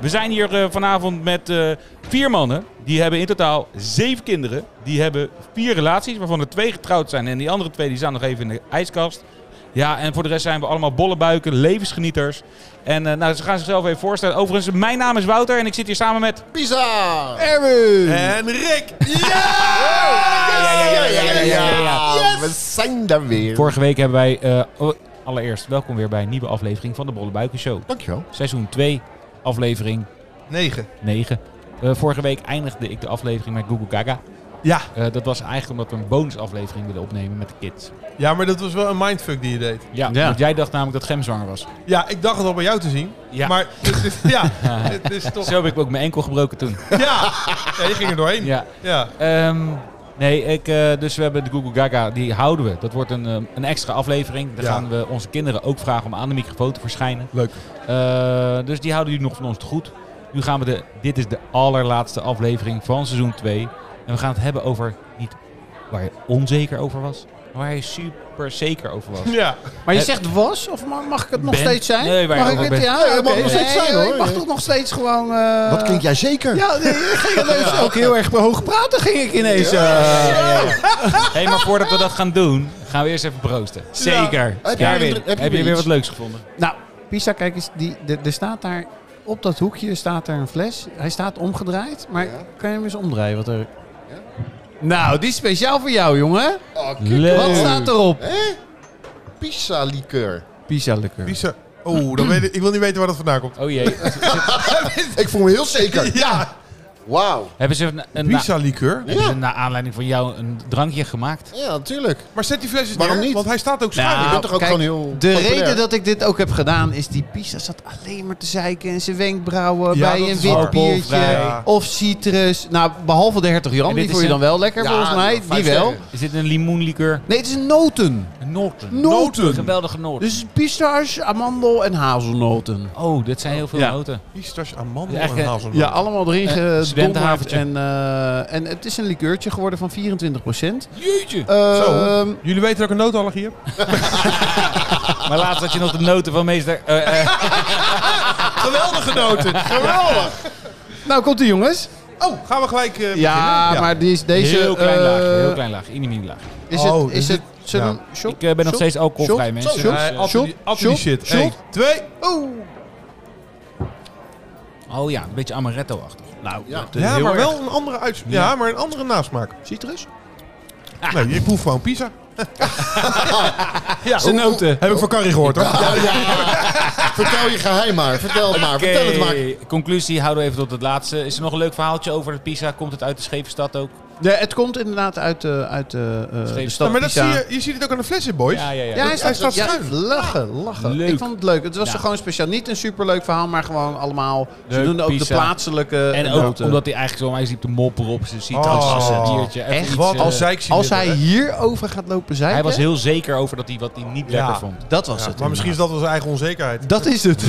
We zijn hier eh, vanavond met eh, vier mannen. Die hebben in totaal zeven kinderen. Die hebben vier relaties, waarvan er twee getrouwd zijn. En die andere twee die staan nog even in de ijskast. Ja, en voor de rest zijn we allemaal bollebuiken, levensgenieters. En eh, nou, ze gaan zichzelf even voorstellen. Overigens, mijn naam is Wouter en ik zit hier samen met... Pisa! Erwin! En Rick! Ja, ja, ja, ja, ja, ja. We zijn daar weer. Vorige week hebben wij... eh, oh, allereerst, welkom weer bij een nieuwe aflevering van de Bollebuiken Show. Dankjewel. Seizoen 2, aflevering 9. 9. Eh, vorige week eindigde ik de aflevering met Google Gaga. Ja. Eh, dat was eigenlijk omdat we een bonusaflevering willen opnemen met de kids. Ja, maar dat was wel een mindfuck die je deed. Ja, Ja. want jij dacht namelijk dat Gem zwanger was. Ja, ik dacht het al bij jou te zien. Ja. Maar het is, ja, het is toch... Zo heb ik ook mijn enkel gebroken toen. Ja. ja, je ging er doorheen. Ja. ja. Ehm, nee, ik, eh, dus we hebben de Google Gaga, die houden we. Dat wordt een, ehm, een extra aflevering. Daar Ja. gaan we onze kinderen ook vragen om aan de microfoon te verschijnen. Leuk. Eh, dus die houden jullie nog van ons te goed. Nu gaan we de, dit is de allerlaatste aflevering van seizoen 2. En we gaan het hebben over niet waar je onzeker over was, maar waar je super zeker over was. Ja. Maar je Eh, zegt was, of ma- mag ik het nog Ben. steeds zijn? Nee, waar je mag ik ook het? bent. Ja, Ja, je oké. mag nog steeds Nee, zijn, joh, hoor. Ik mag toch nog steeds gewoon... eh, Wat klink jij zeker? Ja, nee, ik ging ineens ook heel erg hoog praten, ging ik ineens. eh. hey, maar voordat we dat gaan doen, gaan we eerst even proosten. Zeker. Heb je Ja, weer- Erwin, heb je heb je weer weer iets? wat leuks gevonden? Nou, Pisa, kijk eens, die, de- er staat daar... Op dat hoekje staat er een fles. Hij staat omgedraaid, maar kan je hem eens omdraaien? Wat er... Nou, die is speciaal voor jou, jongen. Oh, Leuk. Wat staat erop? Pisa liqueur. Pisa lekker. Lisa. Oh, dan weet ik, ik wil niet weten waar dat vandaan komt. Oh jee. Ik voel me heel zeker. Ja. Wauw. hebben ze een, een, na- Lisa liqueur. hebben ze Ja. naar aanleiding van jou een drankje gemaakt? Ja, natuurlijk. Maar zet die fles eens Waarom neer, niet? Want hij staat ook schuin. Je Nou, bent toch ook kijk, gewoon heel De populair? reden dat ik dit ook heb gedaan is die Pisa zat alleen maar te zeiken en zijn wenkbrauwen Ja, dat bij een is wit waar. biertje Alcoholvrij. of citrus. Nou, behalve de hertog Jan, En dit die is vond je een- dan wel lekker Ja, volgens mij. Die vijf wel. sterren. Is dit een limoenlikeur? Nee, het is noten. Noten. Noten. Geweldige noten. Dus pistache, amandel en hazelnoten. Oh, dit zijn heel veel Ja. noten. Pistache, amandel Ja, en echt, eh, hazelnoot. Ja, allemaal erin Eh, gedomperd. studentenhaventje. En, eh, en het is een likeurtje geworden van 24 procent. Ehm, Jeetje. Zo. Jullie weten dat ik een notenallergie heb? Maar laatst had je nog de noten van meester... eh, eh, Geweldige noten. Geweldig. nou, komt ie jongens. Oh, gaan we gelijk eh, Ja, beginnen? maar die is, deze... heel klein laag. eh, Heel klein laag. Inimiem laag. Is het... Oh, dus is het dit- zullen we- ja. shot? Ik eh, ben nog Shot? steeds alcoholvrij, Shot? mensen. Shot? Dus, Nee, eh, altijd die- Shot. altijd die shit. Shot. Eén, twee. Oh. oh ja, een beetje amaretto-achtig. Nou, Ja. dat, eh, Ja, heel maar erg. wel een andere uits... Ja, maar een andere nasmaak. Citrus? Nee, ik proef gewoon pizza. ja, Zijn noten. Heb ik van Carrie gehoord hoor. Ja, ja. Vertel je geheim maar. Vertel het maar. Vertel het maar. Oké, Conclusie, houden we even tot het laatste. Is er nog een leuk verhaaltje over het Pisa? Komt het uit de Schevenstad ook? Ja, het komt inderdaad uit, eh, uit eh, eh, de Scheef. stad maar dat zie Pisa. je, je ziet het ook aan de flessen, boys. Ja, ja, ja. Ja, hij staat, staat ja, schuin. Lachen, lachen. Leuk. Ik vond het Ah, leuk. Het was Ja. er gewoon speciaal. Niet een superleuk verhaal, maar gewoon allemaal... ze Leuk, doen ook de Pisa. plaatselijke En ook noten. omdat hij eigenlijk zo onwijs diep de mopper op zijn Oh. citrus een diertje. even iets, Wat eh, als zij Als hij hierover gaat lopen zeiken... Hij was heel zeker over dat hij wat hij niet Ja. lekker vond. Dat was het. maar misschien is dat wel zijn eigen onzekerheid. Dat is het.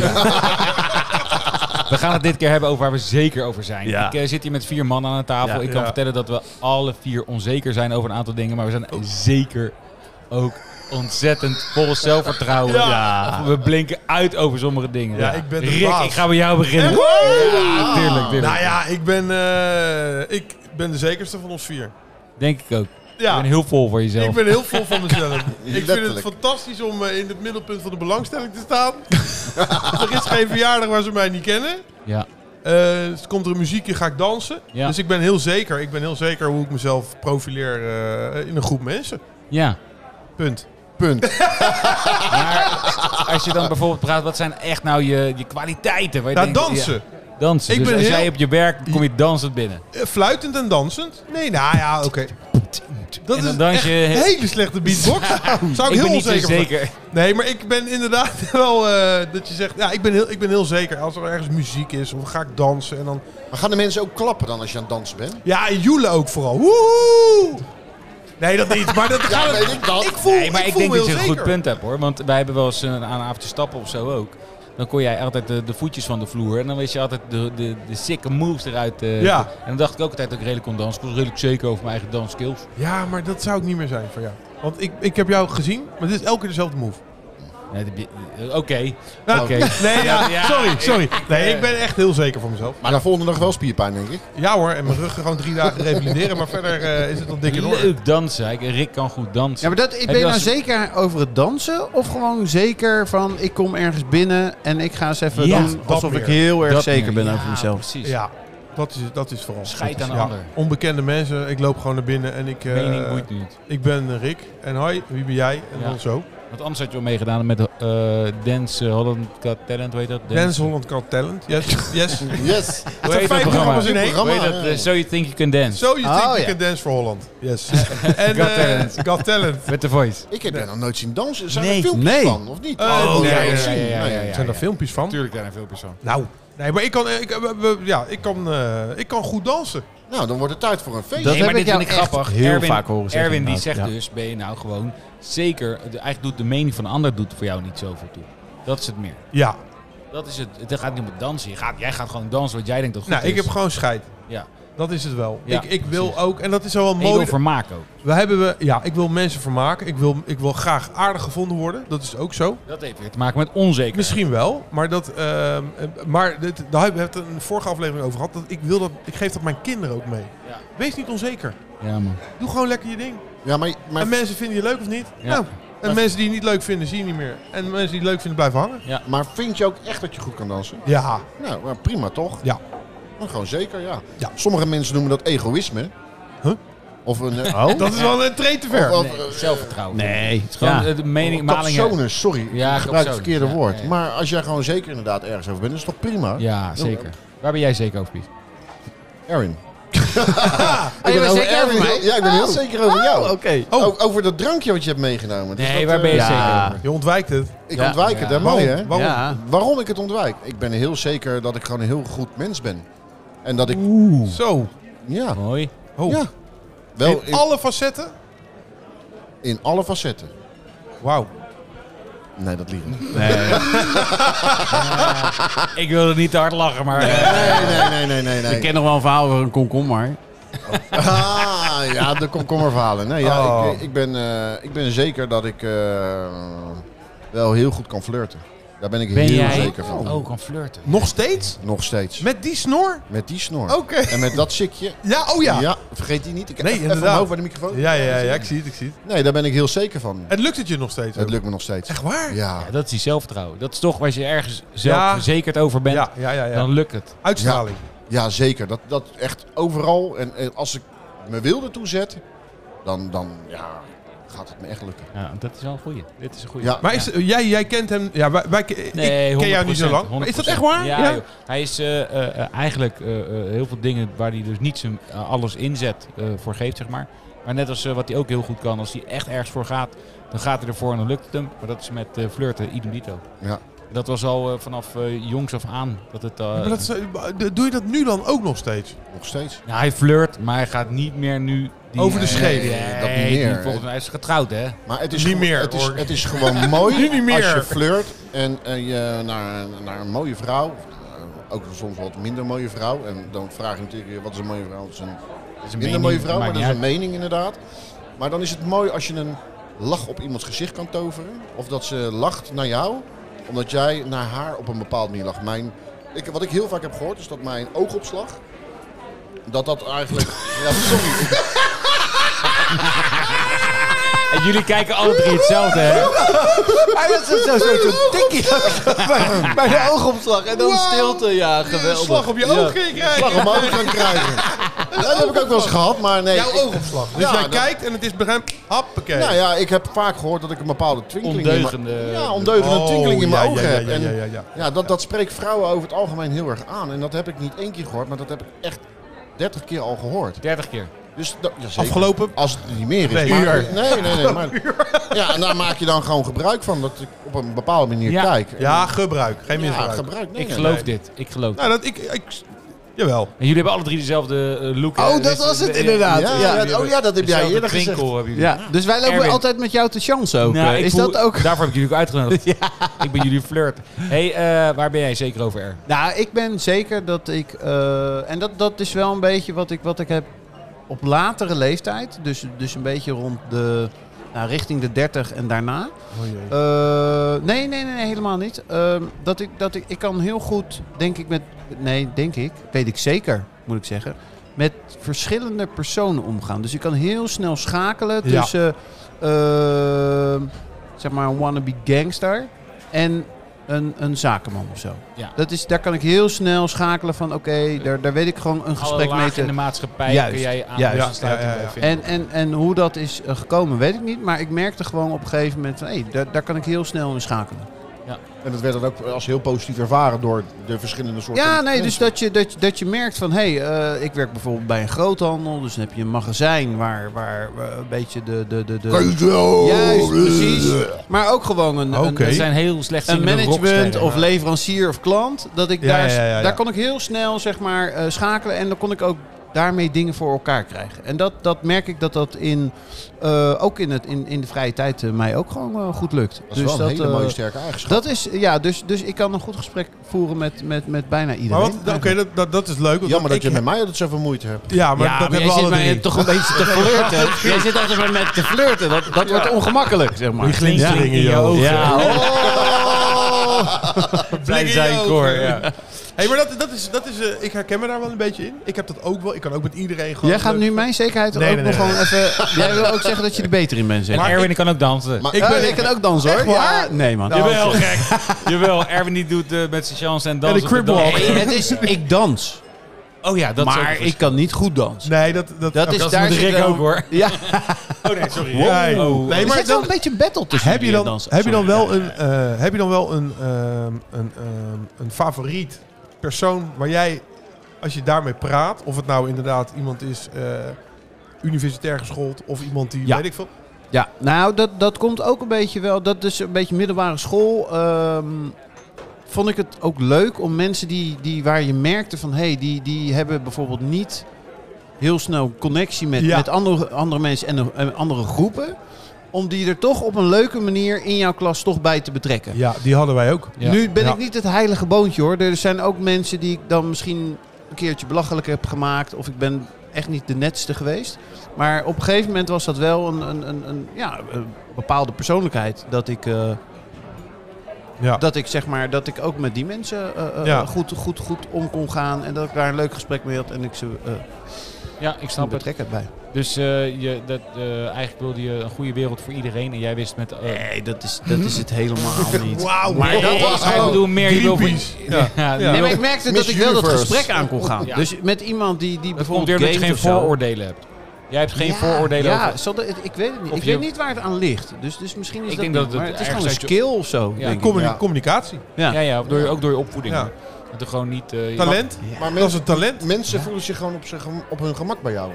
We gaan het dit keer hebben over waar we zeker over zijn. Ja. Ik eh, zit hier met vier mannen aan de tafel. Ja. Ik kan Ja. vertellen dat we alle vier onzeker zijn over een aantal dingen. Maar we zijn zeker ook ontzettend vol zelfvertrouwen. Ja. We blinken uit over sommige dingen. Ja, ik ben de Rick, baas. ik ga bij jou beginnen. Echt? Ja, tuurlijk, tuurlijk. Nou ja, ik ben, eh, ik ben de zekerste van ons vier. Denk ik ook. Ja, Ik ben heel vol voor ik jezelf. ben heel vol van mezelf. ik vind het Letterlijk. fantastisch om eh, in het middelpunt van de belangstelling te staan. er is geen verjaardag waar ze mij niet kennen. Ja. Eh, dus komt er een muziekje, ga ik dansen. Ja. Dus ik ben heel zeker. Ik ben heel zeker hoe ik mezelf profileer eh, in een groep mensen. ja. Punt. Punt. Als je dan bijvoorbeeld praat, wat zijn echt nou je, je kwaliteiten? Waar je Nou, denkt, dansen. ja, dansen. Ik dus ben als heel- jij op je werk kom je dansend binnen. Eh, Fluitend en dansend? Nee, nou ja, oké. Dat En is dan dans je- echt een hele slechte beatbox. Zou ik, ik heel ben niet zo onzeker van- zeker. Nee, maar ik ben inderdaad wel eh, dat je zegt... Ja, ik ben, heel, ik ben heel zeker. Als er ergens muziek is of ga ik dansen en dan... Maar gaan de mensen ook klappen dan als je aan het dansen bent? Ja, en joelen ook vooral. Woehoe! Nee, dat niet. Maar dat Ja, gaat... weet ik dat. Ik voel, Nee, maar ik, voel denk me dat heel je een zeker. goed punt hebt hoor. Want wij hebben wel eens een, aan een avondje stappen of zo ook. Dan kon jij altijd de, de voetjes van de vloer. En dan wist je altijd de, de, de sikke moves eruit. eh, Ja. En dan dacht ik ook altijd dat ik redelijk kon dansen. Ik was redelijk zeker over mijn eigen dansskills. Ja, maar dat zou ik niet meer zijn voor jou. Want ik, ik heb jou gezien, maar dit is elke keer dezelfde move. Nee, dat be- Oké. Nou, Oké. Nee, ja, Ja, sorry, sorry. Nee, eh, ik ben echt heel zeker van mezelf. Maar de volgende dag wel spierpijn, denk ik. Ja hoor, en mijn rug gewoon drie dagen revalideren. Maar verder eh, is het al dikke door. Leuk dansen. Hij- Rick kan goed dansen. Ja, maar dat, ben je je nou als- zeker over het dansen? Of gewoon zeker van ik kom ergens binnen en ik ga eens even Ja, doen dat alsof meer. ik heel erg Dat zeker meer. ben Ja, over mezelf. Precies. Ja, dat is, dat is vooral. Scheid Dat is- aan ja, ander. Onbekende mensen, ik loop gewoon naar binnen en ik, eh, Mening boeit niet. ik ben Rick. En hoi, wie ben jij? En Ja. dan zo. Want anders had je wel meegedaan met eh Dance eh, Holland Got Talent, weet dat? Dance Holland Got Talent. Yes, yes. Er Yes. zijn vijf programma's in één. Programma. Weet dat? ja. eh, so You Think You Can Dance. Zo, je Oh, denkt, ja. ik Dance voor Holland. Yes. en, Got eh, Talent. Got Talent. Met The Voice. Ik heb daar nog nooit zien dansen. Zijn Nee. er filmpjes Nee. van, of niet? Oh, dat ja, heb ik ja, gezien. ja, ja, Nee. ja, ja. Zijn daar filmpjes van? Tuurlijk zijn er veel personen. Nou, nee, maar ik kan, eh, ik, eh, we- we- ja, ik kan, eh, ik kan goed dansen. Nou, dan wordt het tijd voor een feest. Dat nee, maar heb dit ik jou vind ik grappig. echt heel Erwin, vaak horen zeggen, Erwin die zegt inderdaad. Ja. dus, ben je nou gewoon zeker... de- Eigenlijk doet de mening van een ander doet voor jou niet zoveel toe. Dat is het meer. Ja, Dat is het. Het gaat niet om het dansen. Je gaat, jij gaat gewoon dansen wat jij denkt dat goed nou, is. ik heb gewoon scheid. Ja. Dat is het wel. Ja, ik ik wil precies. ook, en dat is wel Ik wil mooi. vermaak ook. We hebben we, ja, ik wil mensen vermaken. Ik wil, ik wil graag aardig gevonden worden. Dat is ook zo. Dat heeft weer te maken met onzekerheid. Misschien wel, maar dat, ehm, eh, maar dit, daar hebben we het een vorige aflevering over gehad. Dat ik wil dat, ik geef dat mijn kinderen ook mee. Ja. Wees niet onzeker. Ja, man. Doe gewoon lekker je ding. Ja, maar, maar, En mensen vinden je leuk of niet? Ja. Nou, en mensen die je niet leuk vinden, zie je niet meer. En mensen die je leuk vinden, blijven hangen. maar vind je ook echt dat je goed kan dansen? Ja, Nou, maar prima toch? Ja. Maar gewoon zeker, ja. Ja. Sommige mensen noemen dat egoïsme. Huh? Of een... eh, Oh? dat is wel een treed te ver. Of- eh, Nee, zelfvertrouwen. Nee. Het is gewoon Ja. eh, de mening, malingen. Capsones, sorry. Ja, ik gebruik capsones, het verkeerde ja, woord. ja, ja. Maar als jij gewoon zeker inderdaad ergens over bent, is het toch prima? Ja, zeker. Waar ben jij zeker over, Piet? Erin. Ah, ik bent over zeker over Erin mij? heel- Ja, ik ben heel zeker over jou. Oké. Oh. Ook over dat drankje wat je hebt meegenomen. Dus Nee, dat, waar ben je eh, zeker Ja. over? Je ontwijkt het. Ik Ja. ontwijk het, hè? Ja. Mooi, hè? Waarom? Waarom? Ja. Waarom ik het ontwijk? Ik ben heel zeker dat ik gewoon een heel goed mens ben. En dat ik... Zo. Ja. Mooi. Oh. Ja. Oh, Wel In in, alle facetten? in alle facetten. Wauw. Nee, dat liegen. Nee, Ik wilde niet te hard lachen, maar... eh, nee, nee, nee, nee. nee. Ik ken nog wel een verhaal over een komkommer. Ah, ja, de komkommerverhalen. Nee, ja, Oh. ik, ik, ben, eh, ik ben zeker dat ik eh, wel heel goed kan flirten. Daar ben ik ben heel jij zeker van. Oh, kan flirten. Nog steeds? Nog steeds. Met, Met die snor? die snor. Oké. En met dat sikje. Ja, oh ja. Ja. vergeet die niet. Ik Nee, even inderdaad. omhoog bij de microfoon. Ja, ja, ja, ik zie het, ik zie het. Nee, daar ben ik heel zeker van. Het lukt het je nog steeds? Het ook? lukt me nog steeds. Echt waar? Ja. Ja, dat is die zelfvertrouwen. Dat is toch waar je ergens Ja. zelfverzekerd over bent, Ja, ja, ja. ja. dan lukt het. Uitstraling. ja, zeker. Dat, dat echt overal. En, en als ik me wilde toezet, dan, dan ja, gaat het me echt lukken. Ja, dat is wel een goeie. Dit is een goeie. Ja. Maar is, jij, jij kent hem... Ja, wij, wij- ik ken jou niet zo lang. Maar is dat echt waar? Ja, joh. hij is eh, eh, eh, eigenlijk eh, eh, heel veel dingen waar hij dus niet zijn eh, alles inzet eh, voor geeft, zeg maar. Maar net als eh, wat hij ook heel goed kan, als hij echt ergens voor gaat, dan gaat hij ervoor en dan lukt het hem. Maar dat is met eh, flirten, idem dito. Ja. Dat was al eh, vanaf eh, jongs af aan. Dat het, eh, Maar dat is- doe je dat nu dan ook nog steeds? Nog steeds. Ja, hij flirt, maar hij gaat niet meer nu... die- Over de scheef. Nee, Dat niet meer. Volgens mij is ze getrouwd, hè? Maar het is, Niet gewoon- meer, het is, hoor. het is gewoon mooi Nu niet meer. als je flirt en, eh, je naar, naar een mooie vrouw, eh, ook soms wat minder mooie vrouw. En dan vraag je natuurlijk weer, wat is een mooie vrouw? Het is een Dat is een minder mening, mooie vrouw, maakt maar dat niet is een uit. mening inderdaad. Maar dan is het mooi als je een lach op iemands gezicht kan toveren. Of dat ze lacht naar jou, omdat jij naar haar op een bepaalde manier lacht. Mijn, ik, wat ik heel vaak heb gehoord is dat mijn oogopslag, dat dat eigenlijk... ja, sorry. En jullie kijken alle drie hetzelfde, hè? Hij was zo, zo, zo, zo tikkie bij, bij de oogopslag. En dan stilte. Ja, geweldig. Slag op je oog ging krijgen. slag omhoog gaan krijgen. Ja, dat heb ik ook wel eens gehad, maar nee. Jouw ik- oogopslag. Dus Ja, jij dat- kijkt en het is bij hem... Hoppakee. Nou ja, ik heb vaak gehoord dat ik een bepaalde twinkeling in Ondeugende- mijn, ja, ondeugende Oh, twinkeling in mijn ja, ogen ja, ja, heb. En ja, ja, ja. dat, dat spreekt vrouwen over het algemeen heel erg aan. En dat heb ik niet één keer gehoord, maar dat heb ik echt 30 keer al gehoord. 30 keer. Dus dat, ja, zeker. Afgelopen... Als het niet meer is. Twee maar- uur. Nee, nee, nee. Maar, ja, en daar maak je dan gewoon gebruik van. Dat ik op een bepaalde manier Ja. kijk. Ja, gebruik. Geen Ja, misbruik. gebruik. Nee, Ik nee, geloof nee. dit. Ik geloof dit. Nou, dat ik... ik jawel. En jullie hebben alle drie dezelfde eh, look. hè? Oh, dat Dus, was het eh, inderdaad. Ja, Ja. ja, oh ja, dat heb jij dezelfde eerder gezegd. twinkel hebben jullie. Ja, dus wij lopen Erwin. altijd met jou te chance ook. Nou, eh. ik is voel- dat ook... Daarvoor heb ik jullie ook uitgenodigd. Ik ben jullie flirt. hey, eh, waar ben jij zeker over, Er? Nou, ik ben zeker dat ik... eh, en dat, dat is wel een beetje wat ik, wat ik heb op latere leeftijd. Dus, dus een beetje rond de nou, richting de 30 en daarna. Oh jee. Eh, nee, nee, nee, nee, helemaal niet. Ehm, dat ik, dat ik, ik kan heel goed, denk ik, met. Nee, denk ik. Weet ik zeker, moet ik zeggen. Met verschillende personen omgaan. Dus ik kan heel snel schakelen Ja. tussen. ehm, zeg maar een wannabe gangster. En een, een zakenman of zo. Ja. Dat is, daar kan ik heel snel schakelen van. Oké, daar, daar weet ik gewoon een Alle gesprek mee lagen te. in de maatschappij Juist, kun jij aan juist. de aansluiting Ja, ja, ja, bij ja. vinden. En, en, en hoe dat is eh, gekomen, weet ik niet. Maar ik merkte gewoon op een gegeven moment van... Hé, daar, daar kan ik heel snel in schakelen. En dat werd dan ook als heel positief ervaren door de verschillende soorten. Ja, nee, mensen. dus dat je, dat, je- dat je merkt van, hé, hey, eh, ik werk bijvoorbeeld bij een groothandel, dus dan heb je een magazijn waar, waar eh, een beetje de... de, de, de Juist, precies. Maar ook gewoon een, een- Oké. Dat zijn heel slecht een, management of leverancier of klant. Dat ik Ja, daar, ja, ja, ja. daar kon ik heel snel, zeg maar, eh, schakelen en dan kon ik ook daarmee dingen voor elkaar krijgen. En dat, dat merk ik dat dat in, eh, ook in, het, in, in de vrije tijd eh, mij ook gewoon eh, goed lukt. Dus Dat is wel een hele eh, mooie sterke eigenschap. dat is, ja, dus, dus ik kan een goed gesprek voeren met, met, met bijna iedereen. Maar wat, oké, dat, dat, dat is leuk. want Jammer dat ik je met heb- mij altijd zoveel moeite hebt. Ja, maar ja, dat maar hebben jij we zit alle mij drie. toch een beetje te flirten. jij zit altijd maar met te flirten. Dat, dat wordt ongemakkelijk, zeg maar. Die glinstering in je Ja. ogen. Ja. Blik in je zijn ogen. koor, ja. Hey, maar dat, dat is, dat is, eh, ik herken me daar wel een beetje in. Ik heb dat ook wel. Ik kan ook met iedereen gewoon... Jij gaat leuk- nu mijn zekerheid eh, Nee, ook nee, nog nee, gewoon even... Jij wil ook zeggen dat je er beter in bent, zeg. En Maar, Erwin kan ook dansen. Maar- ik, eh, ben, ik kan ook dansen, hoor. Echt waar? Ja, nee, man. Jawel, gek. Jawel, Erwin die doet eh, met zijn chance en dansen. de crib op walk. dans. Nee, het is, ik dans. Oh ja, dat is ook een maar verschil. ik kan niet goed dansen. Nee, dat... dat, Dat is, Dat is daar met zit Rick wel- ook, hoor. Ja, Oh nee, sorry. Ja, joh. Oh, Nee, er maar zit wel dan- een beetje een battle tussen Heb je jullie en dan, dansen. heb je dan Sorry. wel een, eh, heb je dan wel een, ehm, een, ehm, een favoriet persoon waar jij, als je daarmee praat, of het nou inderdaad iemand is eh, universitair geschoold of iemand die, Ja. weet ik veel. Ja, nou, dat, dat komt ook een beetje wel. Dat is een beetje middelbare school. ehm, vond ik het ook leuk om mensen die, die waar je merkte van hé, hey, die, die hebben bijvoorbeeld niet heel snel connectie met, Ja. met andere, andere mensen en, en andere groepen. Om die er toch op een leuke manier in jouw klas toch bij te betrekken. Ja, die hadden wij ook. Ja. Nu ben Ja. ik niet het heilige boontje hoor. Er zijn ook mensen die ik dan misschien een keertje belachelijk heb gemaakt. Of ik ben echt niet de netste geweest. Maar op een gegeven moment was dat wel een, een, een, een, ja, een bepaalde persoonlijkheid. Dat ik, eh, Ja. dat ik zeg maar, dat ik ook met die mensen eh, eh, Ja. goed, goed, goed om kon gaan. En dat ik daar een leuk gesprek mee had. En ik ze eh Ja, ik kon snap het. betrekken bij. Dus eh, je, dat, eh, eigenlijk wilde je een goede wereld voor iedereen. En jij wist met... eh, Nee, dat is, dat is het helemaal niet. Wauw, maar dat wow. was ik bedoel meer... Je wil voor- Greenpeace. Ja. Ja, nee, Ja. Nee, maar maar ik merkte Miss dat ik wel dat Universe. gesprek aan kon gaan. Ja. Dus met iemand die, die Dat komt bijvoorbeeld weer omdat je gamet geen of zo. vooroordelen hebt. Jij hebt geen Ja, vooroordelen ja, over... zal dat- ik- ik weet het niet. Of ik je- weet niet waar het aan ligt. Dus, dus misschien is Ik dat denk niet, dat het maar het is ergens gewoon een uit je- skill of zo, Ja. denk ik. Communi- Ja. Communicatie. Ja. Ja, ja, of door, je- ook door je opvoeding. Ja. Dat er gewoon niet... eh, je mag- Talent. Maar Dat is mensen, een talent. mensen voelen zich gewoon op, zijn gem- op hun gemak bij jou.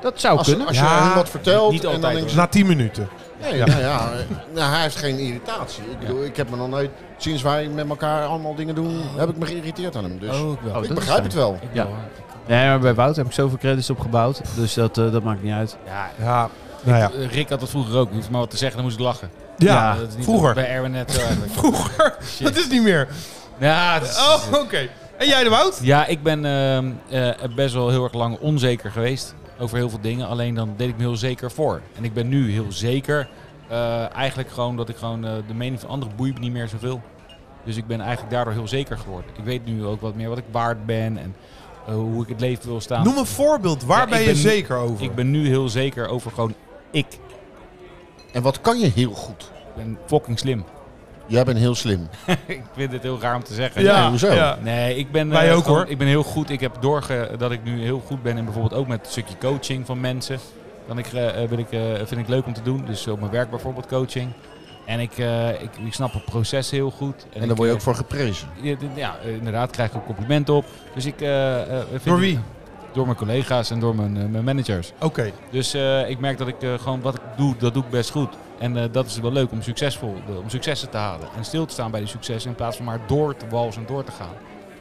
Dat zou Als, kunnen. als je Ja, hun wat vertelt niet en altijd, dan denk je... Dus Na 10 minuten. Nee, Ja. Nou ja, eh, nou, hij heeft geen irritatie. Ik bedoel, ik heb me nog nooit... Sinds wij met elkaar allemaal dingen doen, heb ik me geïrriteerd aan hem. Dus Oh, ik wel. ik Oh, dat is begrijp fijn. het wel. Ik Ja. wel, hoor. Nee, maar bij Wout heb ik zoveel credits opgebouwd. Dus dat, eh, dat maakt niet uit. Ja, Ja. Nou ja. eh, Rick had dat vroeger ook. Je hoeft maar wat te zeggen, dan moest ik lachen. Ja. dat is niet vroeger. Bij Erwin net zo eigenlijk. Vroeger. Dat is niet meer. ja, dat is- Oh, oké. En jij de Wout? Ja, ik ben ehm, eh, best wel heel erg lang onzeker geweest over heel veel dingen. Alleen dan deed ik me heel zeker voor. En ik ben nu heel zeker. eh, eigenlijk gewoon dat ik gewoon eh, de mening van anderen boeit me niet meer zoveel. Dus ik ben eigenlijk daardoor heel zeker geworden. Ik weet nu ook wat meer wat ik waard ben en eh, hoe ik het leven wil staan. Noem een voorbeeld. Waar Ja, ik ben je ben- zeker over? Ik ben nu heel zeker over gewoon ik. En wat kan je heel goed? Ik ben fucking slim. Jij bent heel slim. ik vind het heel raar om te zeggen. Ja, hoezo? Ja. Nee, ik ben, Wij eh, ook, gewoon- hoor. Ik ben heel goed. Ik heb doorge dat ik nu heel goed ben in bijvoorbeeld ook met het stukje coaching van mensen. Kan ik, eh, eh, wil ik, eh, vind ik leuk om te doen. Dus op mijn werk bijvoorbeeld coaching. En ik, eh, ik, ik snap het proces heel goed. En ik, daar word je eh, ook voor geprezen. ja, d- ja, eh, inderdaad, krijg ik ook complimenten op. Dus ik, eh, eh, vind Door wie? Door mijn collega's en door mijn, eh, mijn managers. Oké. Dus eh, ik merk dat ik eh, gewoon wat ik doe, dat doe ik best goed. En eh, dat is wel leuk om, succesvol, om successen te halen. En stil te staan bij die successen in plaats van maar door te walsen en door te gaan.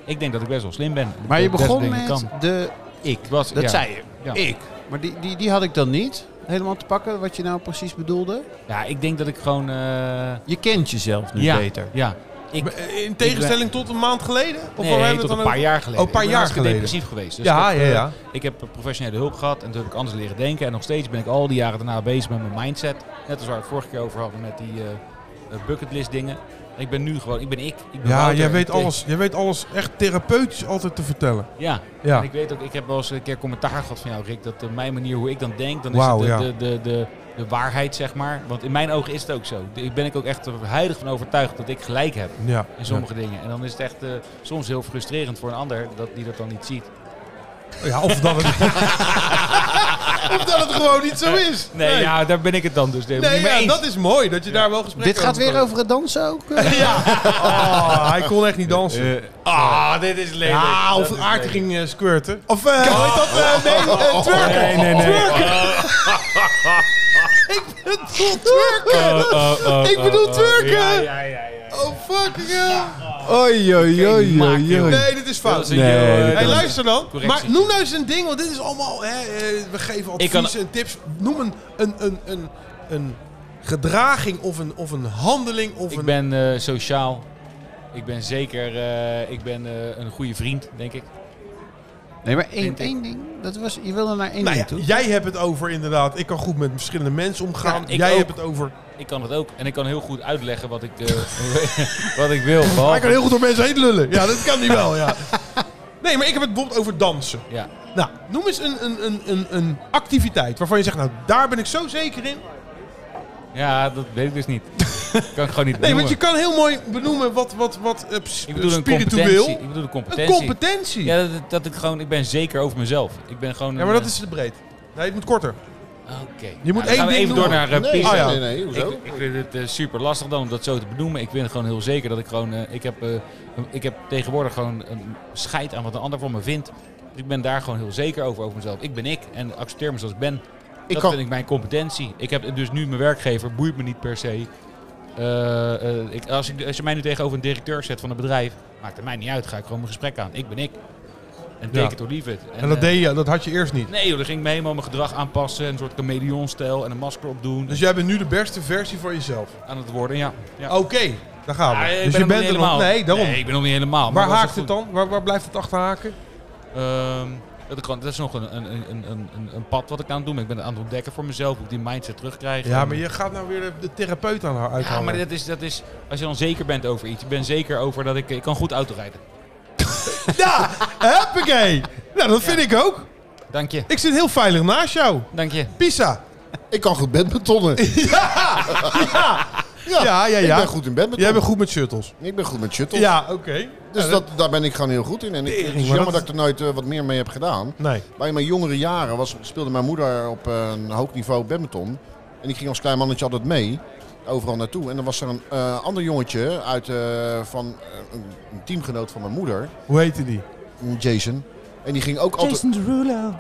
Ik denk dat ik best wel slim ben. Maar je Dat ik best begon wel dingen met kan. de ik. Ik was, Dat ja. zei je. Ja. Ik. Maar die, die, die had ik dan niet helemaal te pakken, wat je nou precies bedoelde. Ja, ik denk dat ik gewoon... eh, Je kent jezelf nu ja, beter. Ja. Ik, Maar, eh, In tegenstelling tot een maand geleden? Of nee, waar hebben we het tot dan een over? paar jaar geleden. Oh, een paar ik ben jaar hartstikke geleden. depressief geweest. Dus Ja, ik, ja, heb, eh, ja. ik heb professionele hulp gehad en toen heb ik anders leren denken. En nog steeds ben ik al die jaren daarna bezig met mijn mindset. Net als waar we het vorige keer over hadden met die eh, eh, bucketlist dingen. Ik ben nu gewoon, ik ben ik. ik ben Ja, Wouter. jij En weet ik- alles. Jij weet alles echt therapeutisch altijd te vertellen. Ja, Ja. En ik weet ook, ik heb wel eens een keer commentaar gehad van jou, Rick, dat eh, mijn manier hoe ik dan denk, dan is Wauw, het de, ja. de, de, de, de waarheid, zeg maar. Want in mijn ogen is het ook zo. Ik ben ik ook echt er heilig van overtuigd dat ik gelijk heb Ja. in sommige dingen. En dan is het echt eh, soms heel frustrerend voor een ander dat die dat dan niet ziet. Ja, of dat het, of dat het gewoon niet zo is. Nee, ja, daar ben ik het dan dus helemaal Nee, niet mee ja, eens. dat is mooi dat je daar wel gesprek Dit gaat weer kan. over het dansen ook? eh? Oh, Ah, hij kon echt niet dansen. Eh, Ah, dit is lelijk. ah, of Aartje ging eh, squirten. Of eh, hoe heet dat? Eh, nee, Oh, eh, twerken. Nee, nee, nee. Ik bedoel twerken. Oh, oh, oh, Ik bedoel oh, oh. twerken. Ja, ja, ja, ja. Oh, fuck yeah. Oei, oei, oei, maak, oei, joh. oei. Nee, dit is Dat fout. is een Nee, heel, eh, dat Hey, dat- luister dan. Correctie. Maar noem nou eens een ding, want dit is allemaal. Hè, eh, we geven Ik kan- advies en tips. Noem een, een, een, een, een gedraging of een, of een handeling. Of Ik een, ben eh, sociaal. Ik ben zeker, eh, ik ben eh, een goede vriend, denk ik. Nee, maar één, Vind ik. één ding. Dat was, je wilde naar één nou ja, ding toe. jij hebt het over inderdaad. Ik kan goed met verschillende mensen omgaan. Ja, ik jij ook. Oh, hebt het over. Ik kan het ook. En ik kan heel goed uitleggen wat ik, eh, wat ik wil. behalve- Maar ik kan heel goed door mensen heen lullen. Ja, dat kan niet wel. Ja. Nee, maar ik heb het bijvoorbeeld over dansen. Ja. Nou, noem eens een, een, een, een, een activiteit waarvan je zegt, nou daar ben ik zo zeker in. ja, dat weet ik dus niet. kan ik gewoon niet Nee, benoemen. want je kan heel mooi benoemen wat, wat, wat eh, s- Ik bedoel een spiritueel. competentie. Ik bedoel een Een competentie. competentie. Ja, dat, dat ik gewoon, ik ben zeker over mezelf. Ik ben gewoon. eh, Ja, maar dat is te breed. Nee, het moet korter. Oké. dan moet één gaan we ding even door noemen. naar eh, nee, Pisa. Ah, ja. nee, nee, hoezo? Ik, ik vind het eh, super lastig dan om dat zo te benoemen. Ik ben gewoon heel zeker dat ik gewoon. eh, ik, heb, eh, ik heb tegenwoordig gewoon een scheid aan wat een ander van me vindt. Dus Ik ben daar gewoon heel zeker over, over mezelf. Ik ben ik en accepteer me zoals ik ben. Ik dat kan- vind ik mijn competentie. Ik heb dus nu mijn werkgever, boeit me niet per se. Eh, eh, ik, als, ik, als je mij nu tegenover een directeur zet van een bedrijf, maakt het mij niet uit. Ga ik gewoon mijn gesprek aan. Ik ben ik. En Ja. take it or leave it. En dat eh, deed je, dat had je eerst niet. Nee joh, dan ging ik me helemaal mijn gedrag aanpassen. Een soort chameleonstijl en een masker opdoen. Dus jij bent nu de beste versie van jezelf. aan het worden, ja. ja. Oké, daar gaan we. Ah, ik ben dus je nog bent niet er nog. helemaal. Nee, daarom. Nee, ik ben nog niet helemaal. waar maar wel haakt zo het goed. dan? Waar, waar blijft het achterhaken? Ehm, dat, ik, gewoon- dat is nog een, een, een, een, een, een pad wat ik aan het doen ben. Ik ben het aan het ontdekken voor mezelf, hoe ik die mindset terugkrijg. Ja, En- maar je gaat nou weer de, de therapeut aan haar Ja, uithalen. maar dat is, dat is, als je dan zeker bent over iets. Ik ben zeker over dat ik, ik kan goed autorijden. Ja, huppakee. Nou, dat vind ik ook. Dank je, Ik zit heel veilig naast jou. dank je. Pisa. Ik kan goed badmintonnen. ja. Ja. Ja, ja, Ik ja. ben goed in badminton. Jij bent goed met shuttles. Ik ben goed met shuttles. Ja, oké. Dus Ja, dat, daar ben ik gewoon heel goed in. En ik, het Tering, is maar jammer dat- dat ik er nooit eh, wat meer mee heb gedaan. Nee. Maar in mijn jongere jaren was, speelde mijn moeder op eh, een hoog niveau badminton. En ik ging als klein mannetje altijd mee. Overal naartoe. En dan was er een eh, ander jongetje uit, eh, van eh, een een teamgenoot van mijn moeder. Hoe heette die? Jason. En die ging ook altijd,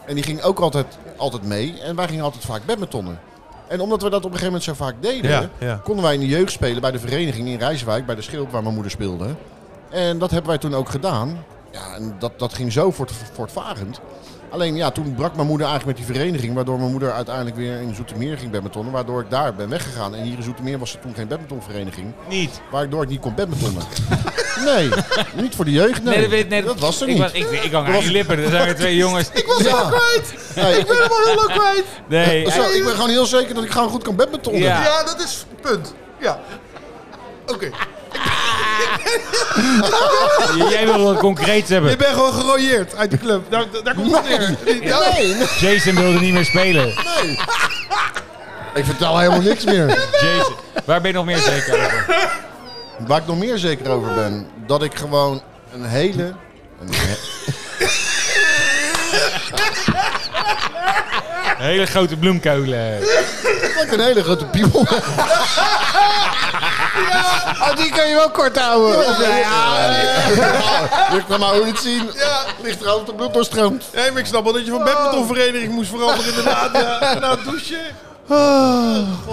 en die ging ook altijd, altijd mee. En wij gingen altijd vaak badmintonnen. En omdat we dat op een gegeven moment zo vaak deden, Ja, ja. konden wij in de jeugd spelen bij de vereniging in Rijswijk, bij de Schilp waar mijn moeder speelde. En dat hebben wij toen ook gedaan. Ja, en dat, dat ging zo voort, voortvarend. Alleen ja, toen brak mijn moeder eigenlijk met die vereniging, waardoor mijn moeder uiteindelijk weer in Zoetermeer ging badmintonnen, waardoor ik daar ben weggegaan. En hier in Zoetermeer was er toen geen badmintonvereniging, Niet. waardoor ik niet kon badmintonnen. nee, niet voor de jeugd, nee. dat weet- nee, dat was er ik niet. was- Ik, ik, hang aan je lippen, er zijn weer twee jongens. ja. Nee, ik, ben, Helemaal heel kwijt. Nee, zo, ik ben gewoon heel zeker dat ik gewoon goed kan badmintonnen. Ja. Ja, dat is punt. Ja. Oké. eh, Jij wil het concreets Je hebben. bent gewoon gerooieerd uit de club. Daar, daar komt het neer. Ja, Nee, nee. Jason wilde niet meer spelen. Ik vertel helemaal niks meer. Jason. Waar ben je nog meer zeker over? Waar ik nog meer zeker over ben, dat ik gewoon een hele... Een he- Hele grote bloemkolen. dat ik een hele grote piemel heb. Oh, die kan je wel kort houden. Ligt er maar hoe je het zien. Ligt er altijd de bloed doorstroomt. Nee, maar ik snap wel dat je van badmintonvereniging moest veranderen inderdaad. Ja, na het douchen.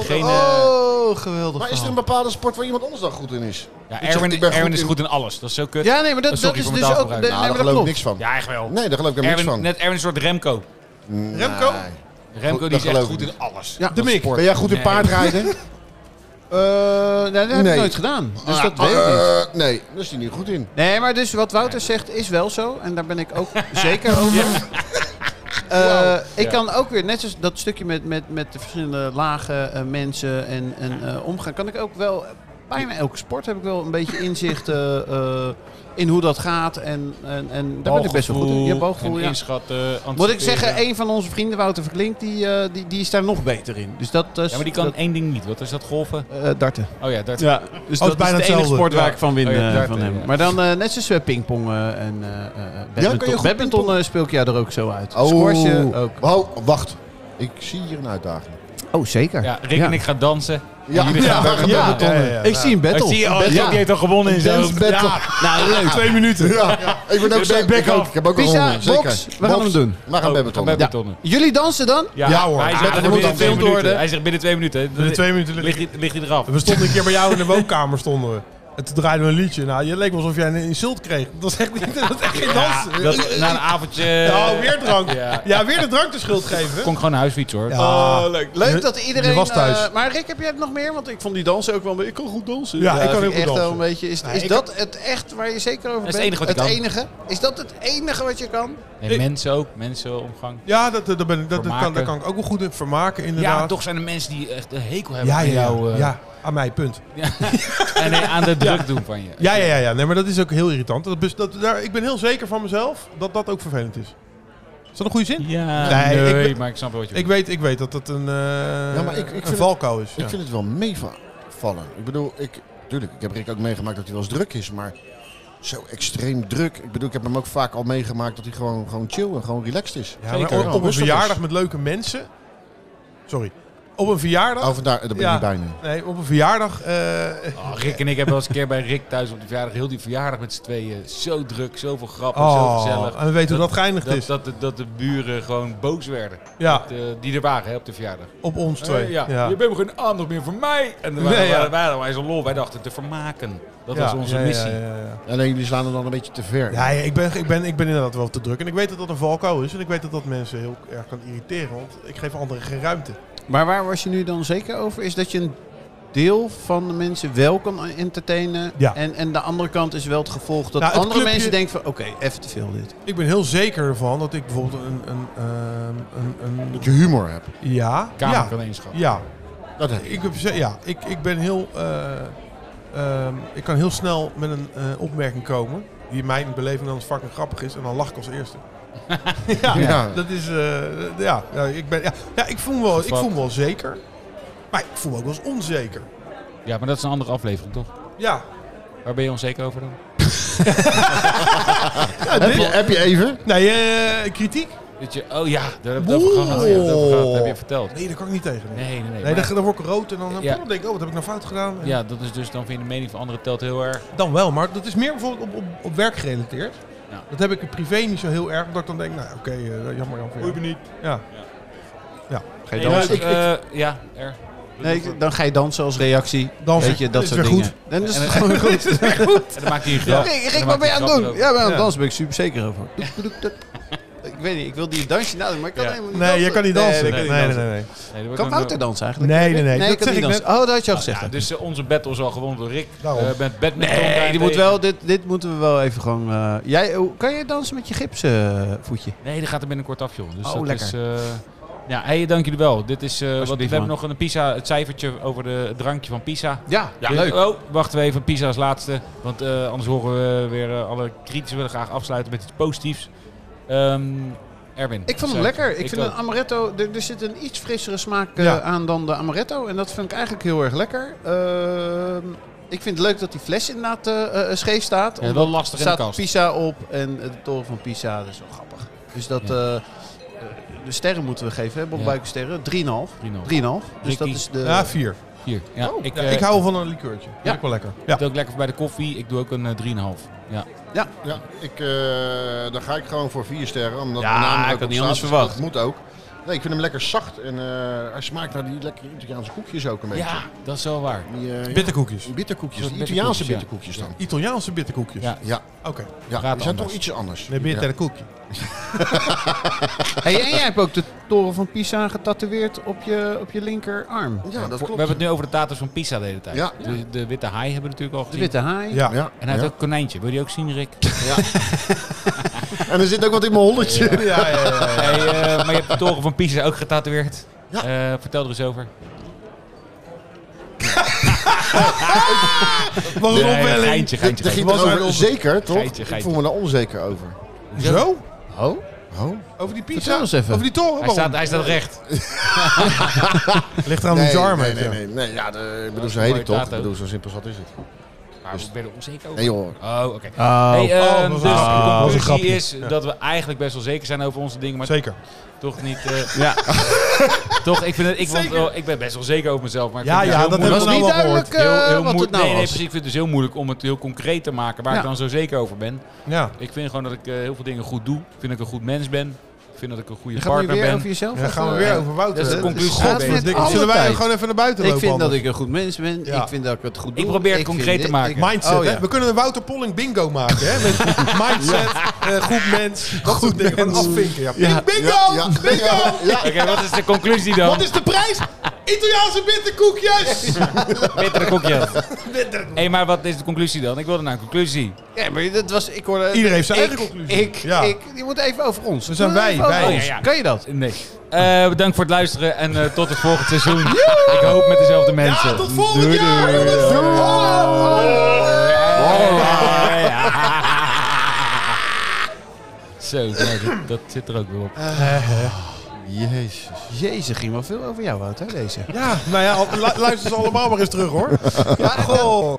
geen... eh, Oh, geweldig. Maar is er een verhaal. bepaalde sport waar iemand anders dan goed in is? ja, Ik zeg, Erwin, ik ben goed Erwin is in- goed in alles, dat is zo kut. Ja, nee, maar dat, dat Ah, Sorry is voor mijn dus ook... taalgebruik. nee, Nou, nee, daar maar dat geloof ik klopt. niks van. Ja, echt wel. Nee, daar geloof ik helemaal Erwin, niks van. Net Erwin is een soort Remco. Remco? Nee, Remco dat die is echt geloof goed ik in alles. Ja, Ben jij goed in Nee. paardrijden? Eh, nee, dat heb Nee. ik nooit gedaan. Dus Ah, dat weet ik niet. eh, Nee, daar is hij niet goed in. Nee, maar dus wat Wouter zegt is wel zo. En daar ben ik ook zeker over. Eh, ik Ja. kan ook weer, net zoals dat stukje met, met, met de verschillende lagen eh, mensen en, en eh, omgaan, kan ik ook wel, bijna elke sport heb ik wel een beetje inzicht eh, eh, in hoe dat gaat. En, en, en daar ben ik best wel goed in. Je en balgevoel, ja. inschatten, Moet ik anticiperen. zeggen, een van onze vrienden, Wouter Verklink, die, eh, die, die is daar nog beter in. Dus dat is... Ja, maar die kan dat- één ding niet. Wat is dat, golven? eh, darten. Oh ja, daar... Ja, dat is dus dat is bijna de enige hetzelfde. sport waar Ja. ik van win Oh ja, eh, darten, van hem. ja. Maar dan eh, net zoals eh, pingpongen en eh, eh, badminton. kan je goed badminton pingpongen. Oh. eh, speel ik jou er ook zo uit. Squashen ook. Wauw, Oh, wacht. Ik zie hier een uitdaging. Oh, zeker. Ja, Rick en ik gaan dansen. Ja, jullie gaan ja, bergen ja, Ja, ja, ja. Ik zie een battle. Oh, zie je, oh, Battle. Rick heeft al gewonnen in zijn Dance hoofd. battle. Ja. Nou, leuk. Twee minuten. Ja, ik ben ook zo. back Ik, ook. off. ik heb ook Pizza, een ronde, box, we gaan hem doen. We gaan badminton. Bij doen. betonnen. Jullie dansen dan? Ja, Ja, hoor. Hij Ja, zegt, dat binnen moet dan twee gefilmd minuten. worden. hij zegt binnen twee minuten. Binnen twee minuten ligt- Ligt, hij- ligt hij eraf. We stonden een keer bij jou in de woonkamer stonden we. En toen draaiden we een liedje. Nou, je leek wel alsof jij een insult kreeg. Dat was echt niet. Dat was echt geen Ja, dansen. dat- na een avondje... nou, weer drank. Ja. Ja. weer de drank de schuld geven. Oh, Kon ik gewoon naar huis fietsen, hoor. Ja. leuk. Je- Leuk dat iedereen... je was thuis. eh, maar Rick, heb jij het nog meer? Want ik vond die dansen ook wel... een beetje- Ik kan goed dansen. Ja, ik kan vind heel goed echt wel dansen. Een beetje, is is ik- dat het echt waar je zeker over Dat is bent? het enige wat ik Het kan. enige? Is dat het enige wat je kan? Nee, mensen ook. Mensenomgang. Ja, dat, dat, ben ik, dat, dat kan, Vermaken. daar kan ik ook wel goed in vermaken, inderdaad. Ja, toch zijn er mensen die echt een hekel hebben Ja, aan ja, ja, jou. eh, ja, aan mij, punt. En eh, aan de druk doen van je. Ja, ja, ja, ja. Nee, maar dat is ook heel irritant. Dat, bes- dat, daar, ik ben heel zeker van mezelf dat dat ook vervelend is. Is dat een goede zin? Ja, Nee, nee, ik ben- maar ik snap wel wat je Ik weet, ik weet dat dat een, eh Ja, maar ik- ik vind een het- valkuil is. ja. Ik vind het wel meevallen. Ik bedoel, ik, tuurlijk, ik heb Rick ook meegemaakt dat hij wel eens druk is, maar zo extreem druk. Ik bedoel, ik heb hem ook vaak al meegemaakt dat hij gewoon, gewoon chill en gewoon relaxed is. Ja, maar Zeker. op, op een Rustig is. verjaardag met leuke mensen. Sorry. Op een verjaardag. Oh, vandaar, daar ben ik Ja. niet bij nu. Nee, op een verjaardag. eh, Oh, Rick en ik hebben wel eens een keer bij Rick thuis op de verjaardag, heel die verjaardag met z'n tweeën. Zo druk, zoveel grappen, zo oh, gezellig. en we weten hoe dat geëindigd Dat, is. dat, de- dat de buren gewoon boos werden. ja, De- die er waren hè, op de verjaardag. op ons twee. Eh, ja. ja. Je bent geen aandacht meer voor mij. En dan Nee, waren, ja. waren, waren wij zo lol. Wij dachten te vermaken. Dat Ja, was onze ja, ja, missie. Ja, ja, ja. Alleen jullie slaan er dan een beetje te ver. Ja, ja, ik, ben, ik, ben, ik ben inderdaad wel te druk. En ik weet dat dat een valkuil is. En ik weet dat dat mensen heel erg kan irriteren. Want ik geef anderen geen ruimte. Maar waar was je nu dan zeker over? Is dat je een deel van de mensen wel kan entertainen. Ja. En, en de andere kant is wel het gevolg dat Nou, het andere clubje- mensen denken van... Oké, even te veel dit. Ik ben heel zeker ervan dat ik bijvoorbeeld een. een, ehm, een, een Dat je humor hebt. ja, Kamer ja, kan inschatten. ja, Dat heb je. Ik, heb, ze- ja, ik, ik ben heel. eh, ehm, ik kan heel snel met een eh, opmerking komen. Die in mijn beleving dan fucking grappig is. En dan lach ik als eerste. ja, Ja. dat is. eh, ja, ja, ik ben. Ja, ja, ik, voel me wel, ik Gevat. voel me wel zeker. Maar ik voel me ook wel eens onzeker. Ja. maar dat is een andere aflevering toch? Ja. Waar ben je onzeker over dan? heb, je, heb je even? Nee, eh, kritiek? Dat je, oh ja, daar heb ik het over gehad. Ja, daar heb ik het over gehad. Dat heb je verteld. Nee, daar kan ik niet tegen. Nee, Nee, nee, nee. nee maar- dan, dan word ik rood en dan eh, Ja. dan denk ik, oh, wat heb ik nou fout gedaan? En ja, dat is dus dan vind je de mening van anderen telt heel erg. Dan wel, maar dat is meer bijvoorbeeld op, op, op werk gerelateerd. Ja. Dat heb ik privé niet zo heel erg, omdat ik dan denk, nou oké, eh, jammer Jan voor jou. niet. Ja. Geen Nee, dansen. maar, eh, ja, er. Nee, dan ga je dansen als reactie. Dansen. Weet je, dat Is soort weer dingen. goed. Dan is En het dan- gewoon goed. En dan maakt hij een grap. Rick, Rick, Dan wat maakt ben hij je aan een het grap doen? Ja, ben aan Ja. het dansen. ben ik super zeker over. Doek, doek, doek. Ik weet niet, ik wil die dansje nadenken, maar ik kan Ja. helemaal niet Nee, je kan niet dansen. Nee, Nee, ik niet nee, nee. dansen. nee, erover. Nee, dat wordt Kan dan- Wouter dansen eigenlijk? Nee, nee, nee, Nee, dat ik kan zeg niet ik dansen. Oh, dat had je al gezegd. Ja, dus eh, onze battle is al gewonnen door Rick. Daarom. Eh, met badminton. Oh. Nee, die daarentegen. moet wel, dit, dit moeten we wel even gewoon... eh, jij, hoe- kan jij dansen met je gipsen eh, voetje? Nee, die gaat er binnenkort af, joh. Dus Oh, dat lekker. is... eh, ja, hey, dank jullie wel. Dit is, eh, wat, we Alsjeblieft, hebben nog een Pisa, het cijfertje over de, het drankje van Pisa. Ja, Dus- Oh, wachten we even. Pisa als laatste. Want eh, anders horen we weer eh, alle critici willen graag afsluiten met iets positiefs. Ehm, Erwin. Ik vond cijfertje. hem lekker. Ik, vind ook. een amaretto, er, er zit een iets frissere smaak eh, Ja. aan dan de amaretto. En dat vind ik eigenlijk heel erg lekker. Ehm, ik vind het leuk dat die fles inderdaad eh, eh, scheef staat. Ja, omdat wel lastig er in de staat kast. Pisa op en de toren van Pisa, dat is wel grappig. Dus dat, Ja. eh, eh, de sterren moeten we geven, hè? Bob Ja. Buikensterren. 3,5. 3,5. 3-0. Dus dat Ricky. is de... Ja, vier. Hier. Ja, ik, Ja, eh, ik hou van een liqueurtje. Ja. Ja. Vind ik wel lekker. doe Ja. het ook lekker bij de koffie. Ik doe ook een eh, 3,5. Ja. Ja, ik, eh dan ga ik gewoon voor vier sterren. Omdat Ja, mijn naam er ik ook had op niet anders staat, dus verwacht. Dat moet ook. Nee, ik vind hem lekker zacht en eh, hij smaakt naar die lekkere Italiaanse koekjes ook een beetje. ja, dat is wel waar. Die, eh, ja, Bitterkoekjes. bitterkoekjes, Soort die Italiaanse bitterkoekjes, bitterkoekjes ja. dan. Italiaanse bitterkoekjes. Ja. Ja, Oké. ja, Praat die zijn anders. toch ietsje anders. Nee, Ja. bitterkoekje. Hey, en jij hebt ook de toren van Pisa getatoeëerd op je, op je linkerarm. Ja, dat we klopt. hebben het nu over de tattoos van Pisa de hele tijd. Ja. De, de witte haai hebben we natuurlijk al De gezien. witte haai. Ja. Ja, En hij heeft ja. ook een konijntje. Wil je die ook zien, Rick? En er zit ook wat in mijn holletje. Ja, ja, ja. Hey, eh, maar je hebt de toren van Pisa ook getatoeëerd. Ja. Eh, vertel er eens over. Wat een Nee, opwelling. geintje, geintje, Daar geintje. ging Was het hij over ons- zeker, toch? Geitje, Ik geitje. voel me daar onzeker over. Zo? Ho? Ho? Over die pizza? Vertel eens even. Over die toren? Hij staat, Waarom? hij staat recht. Ligt aan nee, wie zijn arm nee, heeft, nee, ja. nee, nee. Ja, de, ik bedoel, is zo een heet mooie ik toch? Ik dato. bedoel, zo simpel zat is het. Maar Dus- we werden onzeker over. Nee joh. Oh, oké. Oh. Hey, eh, Oh, dat was dus een grapje. de Dat was conclusie een grapje. is Ja. dat we eigenlijk best wel zeker zijn over onze dingen, maar Zeker. toch niet. eh, ja. toch, ik, vind het, ik, want, oh, ik ben best wel zeker over mezelf. Maar ik Ja, vind ja, het dus dat heel hebben we was moeilijk. nou wel niet duidelijk gehoord. eh, heel, heel wat moe- het nou nee, nee, was. precies. Ik vind het dus heel moeilijk om het heel concreet te maken waar Ja. ik dan zo zeker over ben. Ja. Ik vind gewoon dat ik eh, heel veel dingen goed doe. Ik vind dat ik een goed mens ben. Ik vind dat ik een goede Je gaat nu partner weer ben. over jezelf. Ja, dan of, gaan we eh, weer over Wouter. dat is de hè? conclusie. Het is Gaat met godverdikke. alle Zullen wij tijd. gewoon even naar buiten Ik lopen? vind dat anders? ik een goed mens ben. Ja. Ik vind dat ik het goed doe. probeer het vind concreet dit- te maken. ik- Mindset, Oh, ja. hè? We kunnen een Wouter Polling bingo maken, hè? Met mindset, eh, goed mens, dat soort dingen. Gewoon afvinken, ja. Ja. Bingo! Ja, ja, ja, ja. Oké, wat is de conclusie dan? Wat is de prijs? Italiaanse bitterkoekjes! Bittere kokjes. Hé, maar wat is de conclusie dan? Ik wilde naar een conclusie. Ja, maar dat was... Ik hoorde... Iedereen heeft zijn ik, eigen conclusie. Ik, Ja. ik, je moet even over ons. We zijn Doe wij, even over wij. ons. Ja, ja. Kan je dat? Nee. Eh, bedankt voor het luisteren en eh, tot het volgende seizoen. Ik hoop met dezelfde mensen. Ja, tot volgend Doei, jaar, doei. jongens. Doei. Zo, nou, dat, dat zit er ook weer op. Jezus. Jezus, ging wel veel over jou, Wouter, deze. Ja, nou ja, al- lu- luister ze allemaal maar eens terug, hoor. Ja, goh.